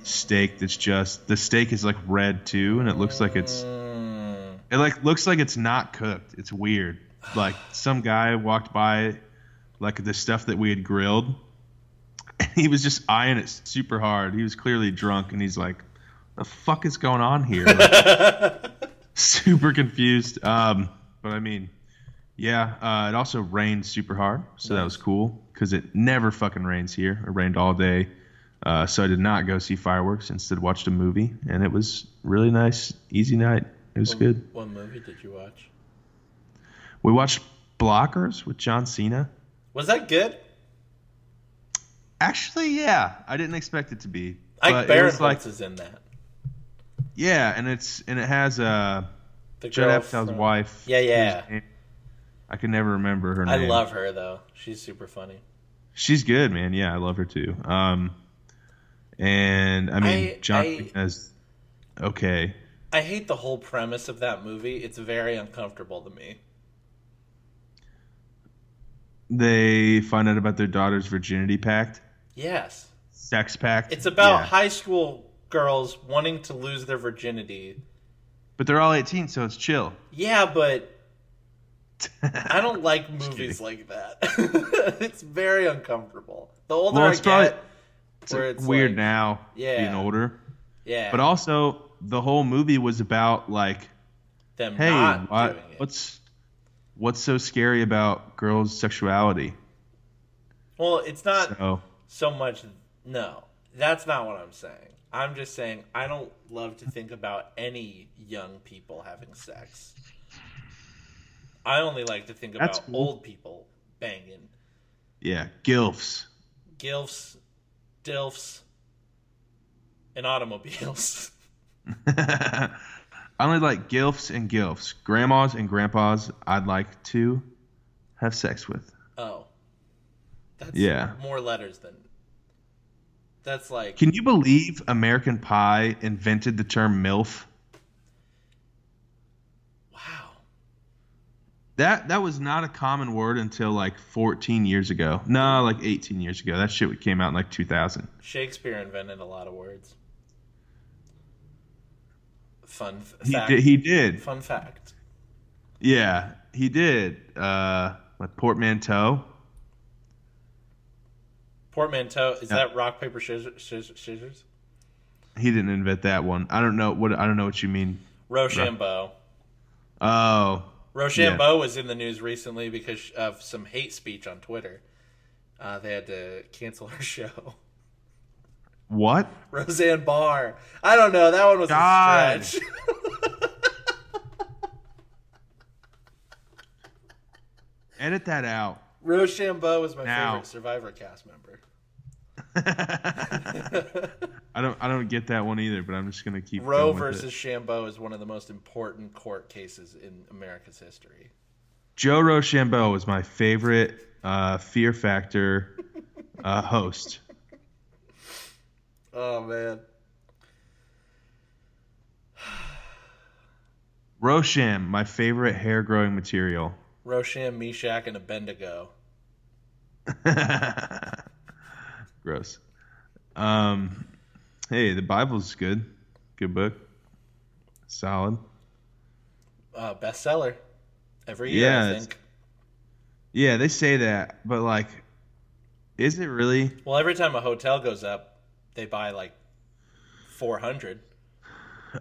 steak that's just the steak is like red too, and it looks like it's Mm. it like looks like it's not cooked. It's weird. Like some guy walked by, like the stuff that we had grilled, and he was just eyeing it super hard. He was clearly drunk, and he's like, "The fuck is going on here?" Like, super confused. Um, but I mean, yeah. Uh, it also rained super hard, so that was cool because it never fucking rains here. It rained all day. Uh, so I did not go see fireworks. Instead, watched a movie, and it was really nice, easy night. It Oh. was good. What movie did you watch? We watched Blockers with John Cena. Was that good? Actually, yeah, I didn't expect it to be. but Ike Barinholtz it was like is in that. yeah, and it's and it has uh The Judd girl Apatow's from- wife. Yeah, yeah. whose name- I can never remember her I name. love her though. She's super funny. She's good, man. Yeah, I love her too. Um, and I mean I- John I- Cena's okay. I hate the whole premise of that movie. It's very uncomfortable to me. They find out about their daughter's virginity pact, Yes. sex pact. It's about Yeah. high school girls wanting to lose their virginity. but they're all 18, so it's chill. Yeah, but I don't like movies like that. it's very uncomfortable. The older Well, I it's get, probably- It's where like, it's weird like- now, Yeah. being older. yeah, But also, the whole movie was about like, them hey, not why, doing it. what's what's so scary about girls' sexuality? well, it's not So so much. No, that's not what I'm saying. I'm just saying I don't love to think about any young people having sex. I only like to think That's about cool. old people banging. yeah, gilfs. gilfs, dilfs, and automobiles. I only like gilfs and gilfs. Grandmas and grandpas, I'd like to have sex with. Oh, that's Yeah. more letters than. That's like Can you believe American Pie invented the term milf? wow. That that was not a common word until like 14 years ago. No, like 18 years ago. That shit came out in like 2000. Shakespeare invented a lot of words. Fun f- He fact. did, he did. Fun fact. Yeah, he did. Uh, like portmanteau. Portmanteau. Is Yeah. that rock paper scissors? scissors, scissors? He didn't invent that one. I don't know what I don't know what you mean. Rochambeau. Oh, Rochambeau was in the news recently because of some hate speech on Twitter. Uh, they had to cancel her show. What? Roseanne Barr. I don't know. That one was a God. stretch. Edit that out. Rochambeau was my Now. favorite Survivor cast member. I don't I don't get that one either, but I'm just gonna keep Roe going with versus it. Shambo is one of the most important court cases in America's history. Joe Rochambeau was my favorite uh, Fear Factor uh, host. Oh man. Rosham, my favorite hair growing material. Rosham, Meshach, and Abednego. Gross. Um, hey, the Bible's good. Good book. Solid. Uh, bestseller. Every year, Yeah, I it's- think. Yeah, they say that, but like, is it really? Well, every time a hotel goes up, they buy like 400.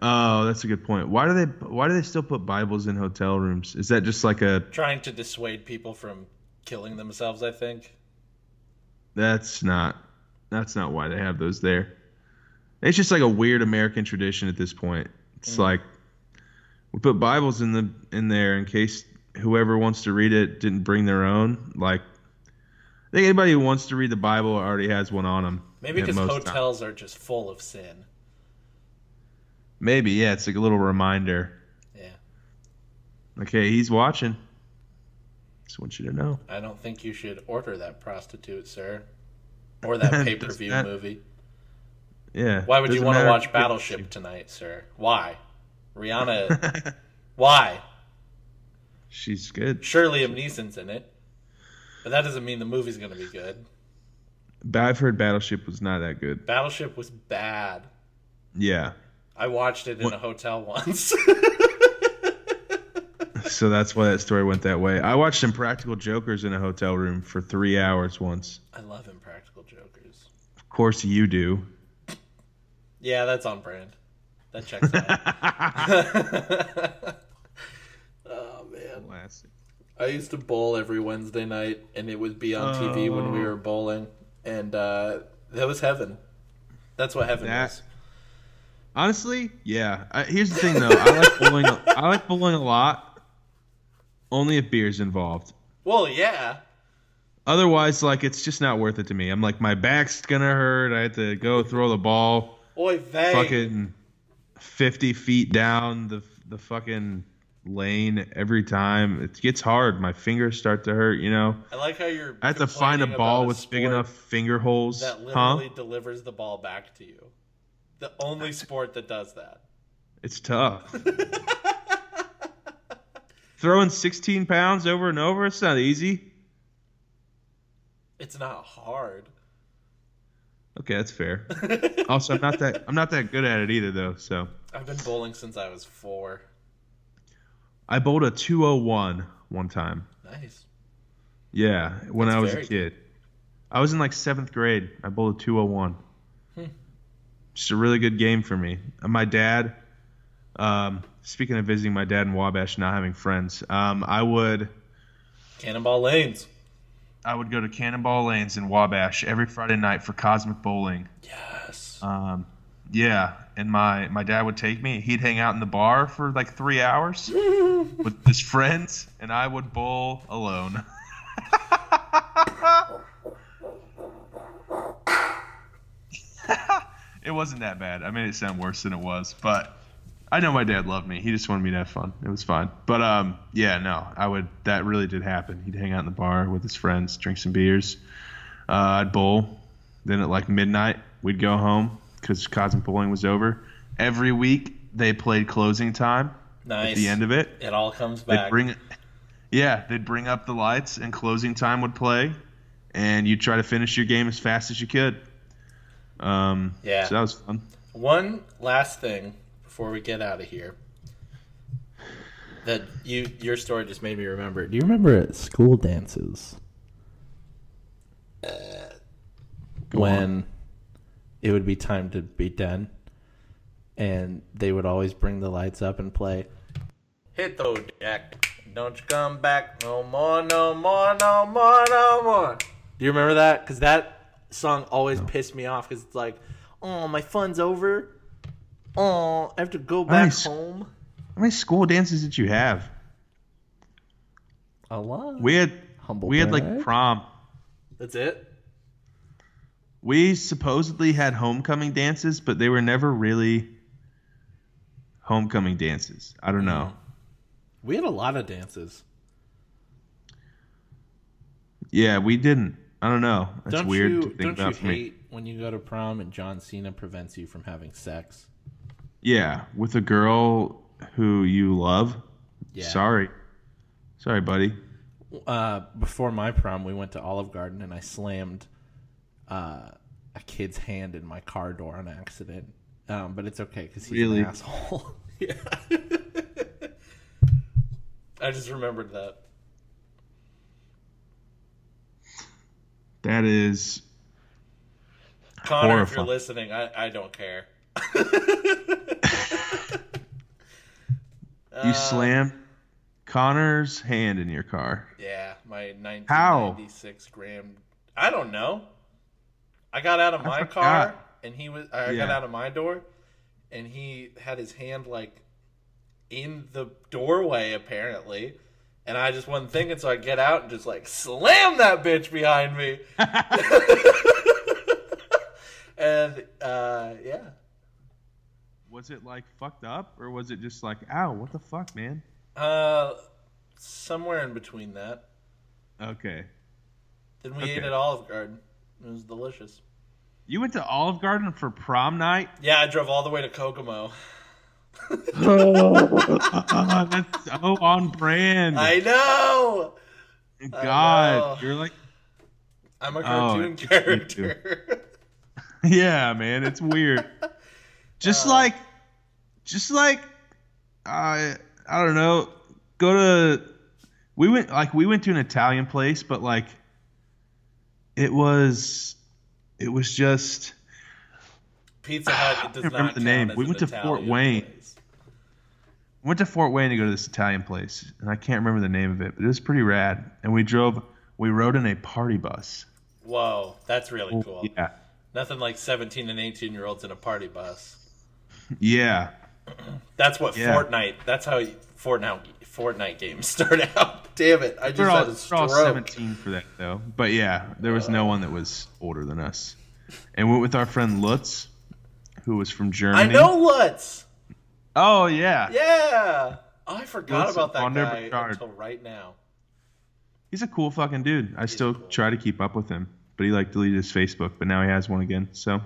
Oh, that's a good point. Why do they Why do they still put Bibles in hotel rooms? Is that just like a Trying to dissuade people from killing themselves, I think. That's not that's not why they have those there. It's just like a weird American tradition at this point. Mm. It's like we put Bibles in the in there in case whoever wants to read it didn't bring their own. Like I think anybody who wants to read the Bible already has one on them. Maybe because hotels are just full of sin. Maybe yeah, it's like a little reminder. Yeah. Like hey, he's watching. Just want you to know. I don't think you should order that prostitute, sir. Or that pay per view Doesn't that- movie. Yeah. Why would you doesn't want to matter watch if- Battleship tonight, sir? Why? Rihanna. why? She's good. Surely Liam Neeson's in it. But that doesn't mean the movie's going to be good. But I've heard Battleship was not that good. Battleship was bad. Yeah. I watched it in a hotel once. So that's why that story went that way. I watched Impractical Jokers in a hotel room for three hours once. I love Impractical Jokers. Of course, you do. Yeah, that's on brand. That checks out. oh, man. Classic. I used to bowl every Wednesday night, and it would be on TV when Oh. we were bowling, and uh, that was heaven. That's what heaven That- is. Honestly, yeah. I, here's the thing, though. I like bowling. I like bowling a lot. Only if beer's involved. Well, yeah, Otherwise, like it's just not worth it to me. I'm like my back's gonna hurt. I have to go throw the ball oy vey. fucking fifty feet down the the fucking lane every time. It gets hard. My fingers start to hurt. You know. I like how you're. I have to find a complaining ball about a with big sport enough finger holes. that huh? literally delivers the ball back to you. The only sport that does that. It's tough. Throwing 16 pounds over and over, it's not easy. It's not hard. Okay, that's fair. also, I'm not that I'm not that good at it either though, so I've been bowling since I was four. I bowled a 201 one time. Nice. Yeah, when I was a very kid. I was in like 7th grade. I bowled a 201. Hmm. Just a really good game for me. And My dad um, speaking of visiting my dad in Wabash and not having friends, um, I would Cannonball lanes. I would go to Cannonball Lanes in Wabash every Friday night for Cosmic Bowling. Yes. Um, yeah, and my my dad would take me. He'd hang out in the bar for like three hours with his friends, and I would bowl alone. it wasn't that bad. I made it sound worse than it was, but I know my dad loved me. He just wanted me to have fun. It was fun. But um, yeah, no, I would. That really did happen. He'd hang out in the bar with his friends, drink some beers. Uh, I'd bowl. Then at like midnight, we'd go home because Cosmic Bowling was over. Every week they played closing time. nice. At the end of it, it all comes they'd back. bring, yeah, they'd bring up the lights and closing time would play, and you'd try to finish your game as fast as you could. Um, Yeah. So that was fun. One last thing before we get out of here. That you your story just made me remember. Do you remember school dances? Uh, when it would be time to be done, and they would always bring the lights up and play. Hit the deck, Don't you come back no more, no more, no more, no more. Do you remember that? Because that song always pissed me off. Because it's like, oh, my fun's over. Oh, I have to go back Nice. home. How many school dances did you have? A lot. We had Humble we had brag. like prom. That's it. We supposedly had homecoming dances, but they were never really homecoming dances. I don't know. Mm-hmm. We had a lot of dances. Yeah, we didn't. I don't know. That's don't weird you to think don't about for you me. hate when you go to prom and John Cena prevents you from having sex? Yeah, with a girl who you love. Yeah. Sorry. Sorry, buddy. uh, before my prom, we went to Olive Garden and I slammed uh, a kid's hand in my car door on accident. Um, but it's okay because he's Really? an asshole. yeah. I just remembered that. That is Connor, if you're Horrifying. listening, I, I don't care. Uh, you slammed Connor's hand in your car. Yeah, my 1996 1996 Graham. I don't know. I got out of my forgot. car and he was. I got Yeah. out of my door, and he had his hand like in the doorway apparently, and I just wasn't thinking, so I get out and just like slam that bitch behind me. and uh, yeah, Was it like fucked up or was it just like, ow, what the fuck, man? uh, somewhere in between that. Okay. Then we Okay. ate at Olive Garden. It was delicious. You went to Olive Garden for prom night? Yeah, I drove all the way to Kokomo. Oh, that's so on brand. I know. God. know. You're like, I'm a Oh, cartoon it's- character. yeah, man, it's weird. just like, just like, I, I don't know. Go to, we went, like, we went to an Italian place, but like, it was, it was just, Pizza Hut. It does I can't not remember the name. count as We an went to Fort Italian Wayne. place. went to Fort Wayne to go to this Italian place, and I can't remember the name of it, but it was pretty rad. And we drove, we rode in a party bus. Whoa, that's really cool. Oh, Yeah, Nothing like 17 and 18 year olds in a party bus. yeah, That's what Yeah. Fortnite. That's how Fortnite Fortnite games start out. Damn it! I just We're all, had a we're all stroke. 17 for that though. But yeah, there was no one that was older than us. And we went with our friend Lutz, who was from I Germany. know Lutz. Oh yeah, Yeah, I forgot Lutz about that Von der guy Burchard. until right now. he's a cool fucking dude. I still cool. try to keep up with him, but he like deleted his Facebook, but now he has one again. So Hmm.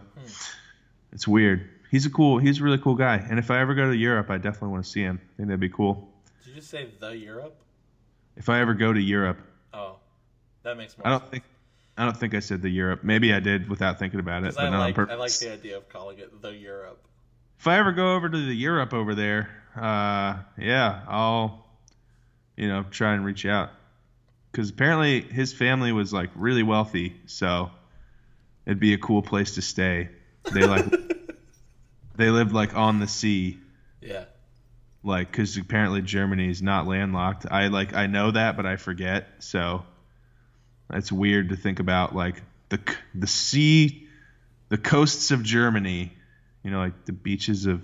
it's weird. He's a cool. He's a really cool guy. And if I ever go to Europe, I definitely want to see him. I think that'd be cool. Did you just say the Europe? If I ever go to Europe, Oh, that makes more I don't sense. think. I don't think I said the Europe. Maybe I did without thinking about it, 'Cause but I not on like, purpose. I like the idea of calling it the Europe. if I ever go over to the Europe over there, uh, yeah, I'll, you know, try and reach out. Because apparently his family was like really wealthy, so it'd be a cool place to stay. They like, they lived like on the sea, Yeah. like because apparently Germany is not landlocked. I like I know that, but I forget. So it's weird to think about like the c- the sea, the coasts of Germany. You know, like the beaches of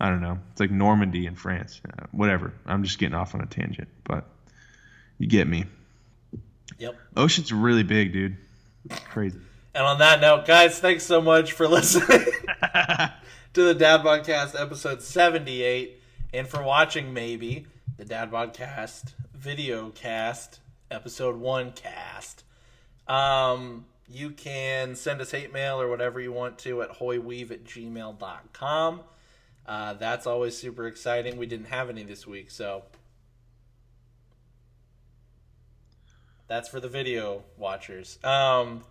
I don't know. It's like Normandy in France. Uh, whatever. I'm just getting off on a tangent, but you get me. Yep. Ocean's really big, dude. Crazy. And on that note, guys, thanks so much for listening to the Dad Podcast episode 78 and for watching maybe the Dad Podcast video cast episode 1 cast. Um, you can send us hate mail or whatever you want to at hoyweave at gmail.com. Uh, that's always super exciting. We didn't have any this week, so that's for the video watchers. Um,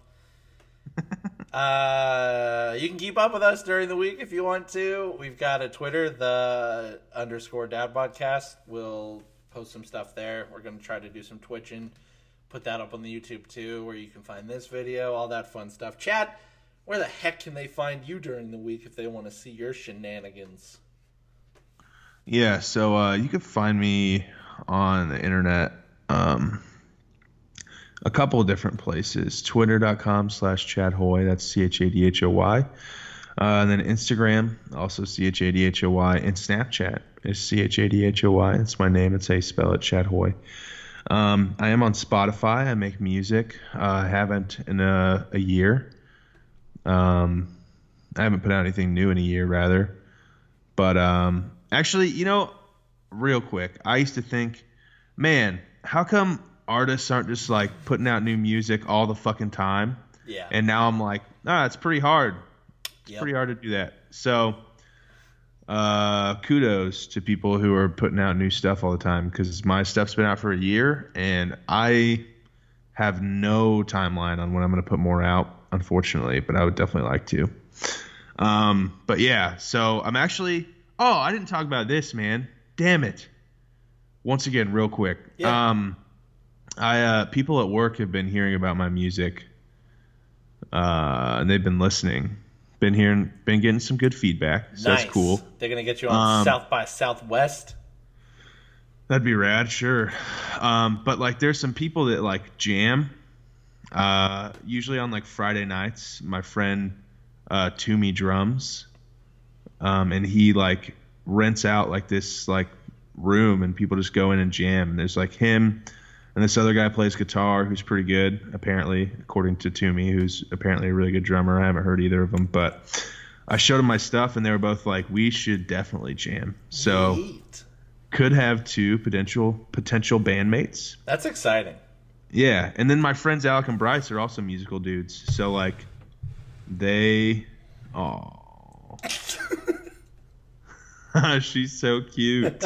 uh, you can keep up with us during the week if you want to. We've got a Twitter, the underscore dad podcast. We'll post some stuff there. We're going to try to do some twitching, put that up on the YouTube too, where you can find this video, all that fun stuff. Chad, where the heck can they find you during the week if they want to see your shenanigans? Yeah, so uh, you can find me on the internet, um, a couple of different places. Twitter.com slash Chad Hoy, that's C H A D H O Y. Uh, and then Instagram, also C H A D H O Y. And Snapchat is C H A D H O Y. It's my name. It's how you spell it, Chad Hoy. Um, I am on Spotify. I make music. Uh, I haven't in a, a year. Um, I haven't put out anything new in a year, rather. But um, actually, you know, real quick, I used to think, man, how come artists aren't just like putting out new music all the fucking time? Yeah. And now I'm like, ah, it's pretty hard. It's Yep. pretty hard to do that. So, uh, kudos to people who are putting out new stuff all the time because my stuff's been out for a year and I have no timeline on when I'm going to put more out, unfortunately, but I would definitely like to. Um, but yeah, so I'm actually. Oh, I didn't talk about this, man. Damn it. Once again, real quick. Yeah. Um, I uh, people at work have been hearing about my music, uh, and they've been listening. Been hearing, been getting some good feedback. So nice. that's cool. They're gonna get you on Um, South by Southwest. That'd be rad, sure. Um, but like, there's some people that like jam. Uh, usually on like Friday nights, my friend uh, Toomey drums, um, and he like rents out like this like room, and people just go in and jam. And there's like him, and this other guy plays guitar, who's pretty good apparently, according to Toomey, who's apparently a really good drummer. I haven't heard either of them, but I showed them my stuff, and they were both like, "We should definitely jam." So Yeet. could have two potential potential bandmates. that's exciting. Yeah, and then my friends Alec and Bryce are also musical dudes, so like they oh. She's so cute.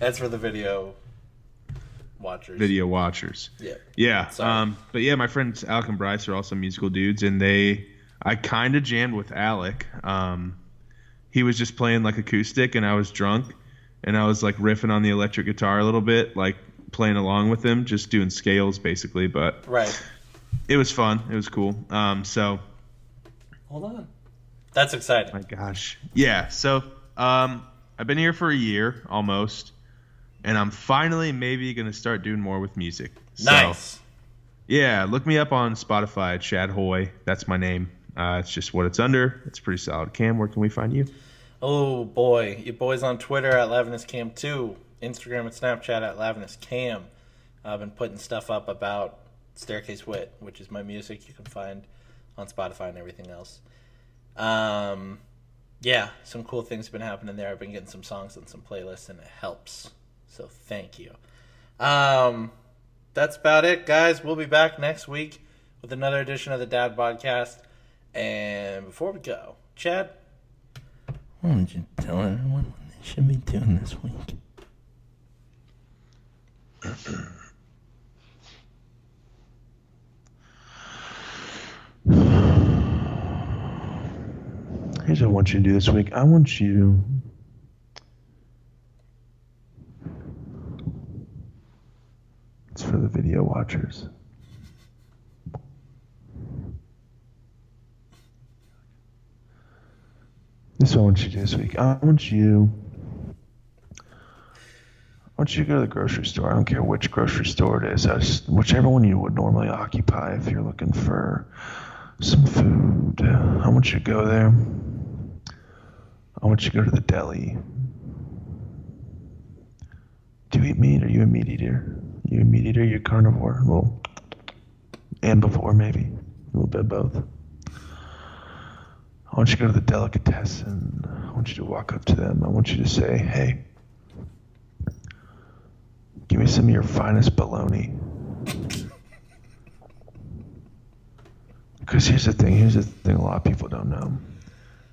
That's for the video watchers. Video watchers. Yeah. Yeah. Sorry. Um, but yeah, my friends Alec and Bryce are also musical dudes, and they I kind of jammed with Alec. Um, he was just playing like acoustic, and I was drunk, and I was like riffing on the electric guitar a little bit, like playing along with him, just doing scales basically. But Right. it was fun. It was cool. Um, so Hold on. That's exciting. my gosh. Yeah. So um, I've been here for a year almost, and I'm finally maybe gonna start doing more with music. So- nice. Yeah, look me up on Spotify, Chad Hoy. That's my name. Uh, it's just what it's under. It's pretty solid. Cam, where can we find you? Oh boy, you boys on Twitter at LavinusCam2, Instagram and Snapchat at LavinusCam. I've been putting stuff up about Staircase Wit, which is my music you can find on Spotify and everything else. Um, yeah, some cool things have been happening there. I've been getting some songs and some playlists, and it helps. So thank you. Um, that's about it, guys. We'll be back next week with another edition of the Dad Podcast. And before we go, Chad, why don't you tell everyone what they should be doing this week? Here's what I want you to do this week. I want you. It's for the video watchers. This is what I want you to do this week. I want you. I want you to go to the grocery store. I don't care which grocery store it is. I just, whichever one you would normally occupy if you're looking for some food. I want you to go there. I want you to go to the deli. Do you eat meat? Are you a meat eater? You a meat eater? You a carnivore? Well, and before maybe a little bit of both. I want you to go to the delicatessen. I want you to walk up to them. I want you to say, "Hey, give me some of your finest bologna." Because here's the thing. Here's the thing. A lot of people don't know.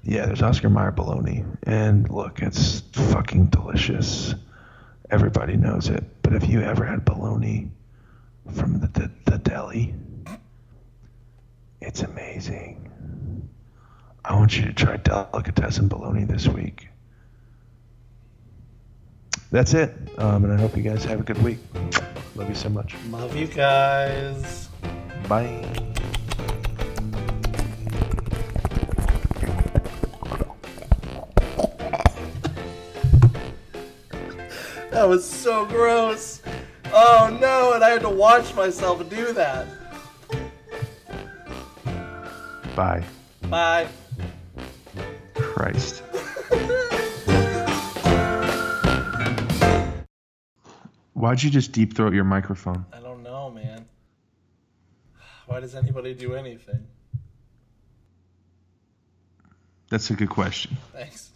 Yeah, there's Oscar Mayer bologna, and look, it's fucking delicious. Everybody knows it. But have you ever had bologna from the the, the deli? It's amazing. I want you to try delicatessen bologna this week. That's it, um, and I hope you guys have a good week. Love you so much. Love you guys. Bye. That was so gross. Oh no, and I had to watch myself do that. By Bye. Christ. Why'd you just deep throat your microphone? I don't know, man. Why does anybody do anything? That's a good question. Thanks.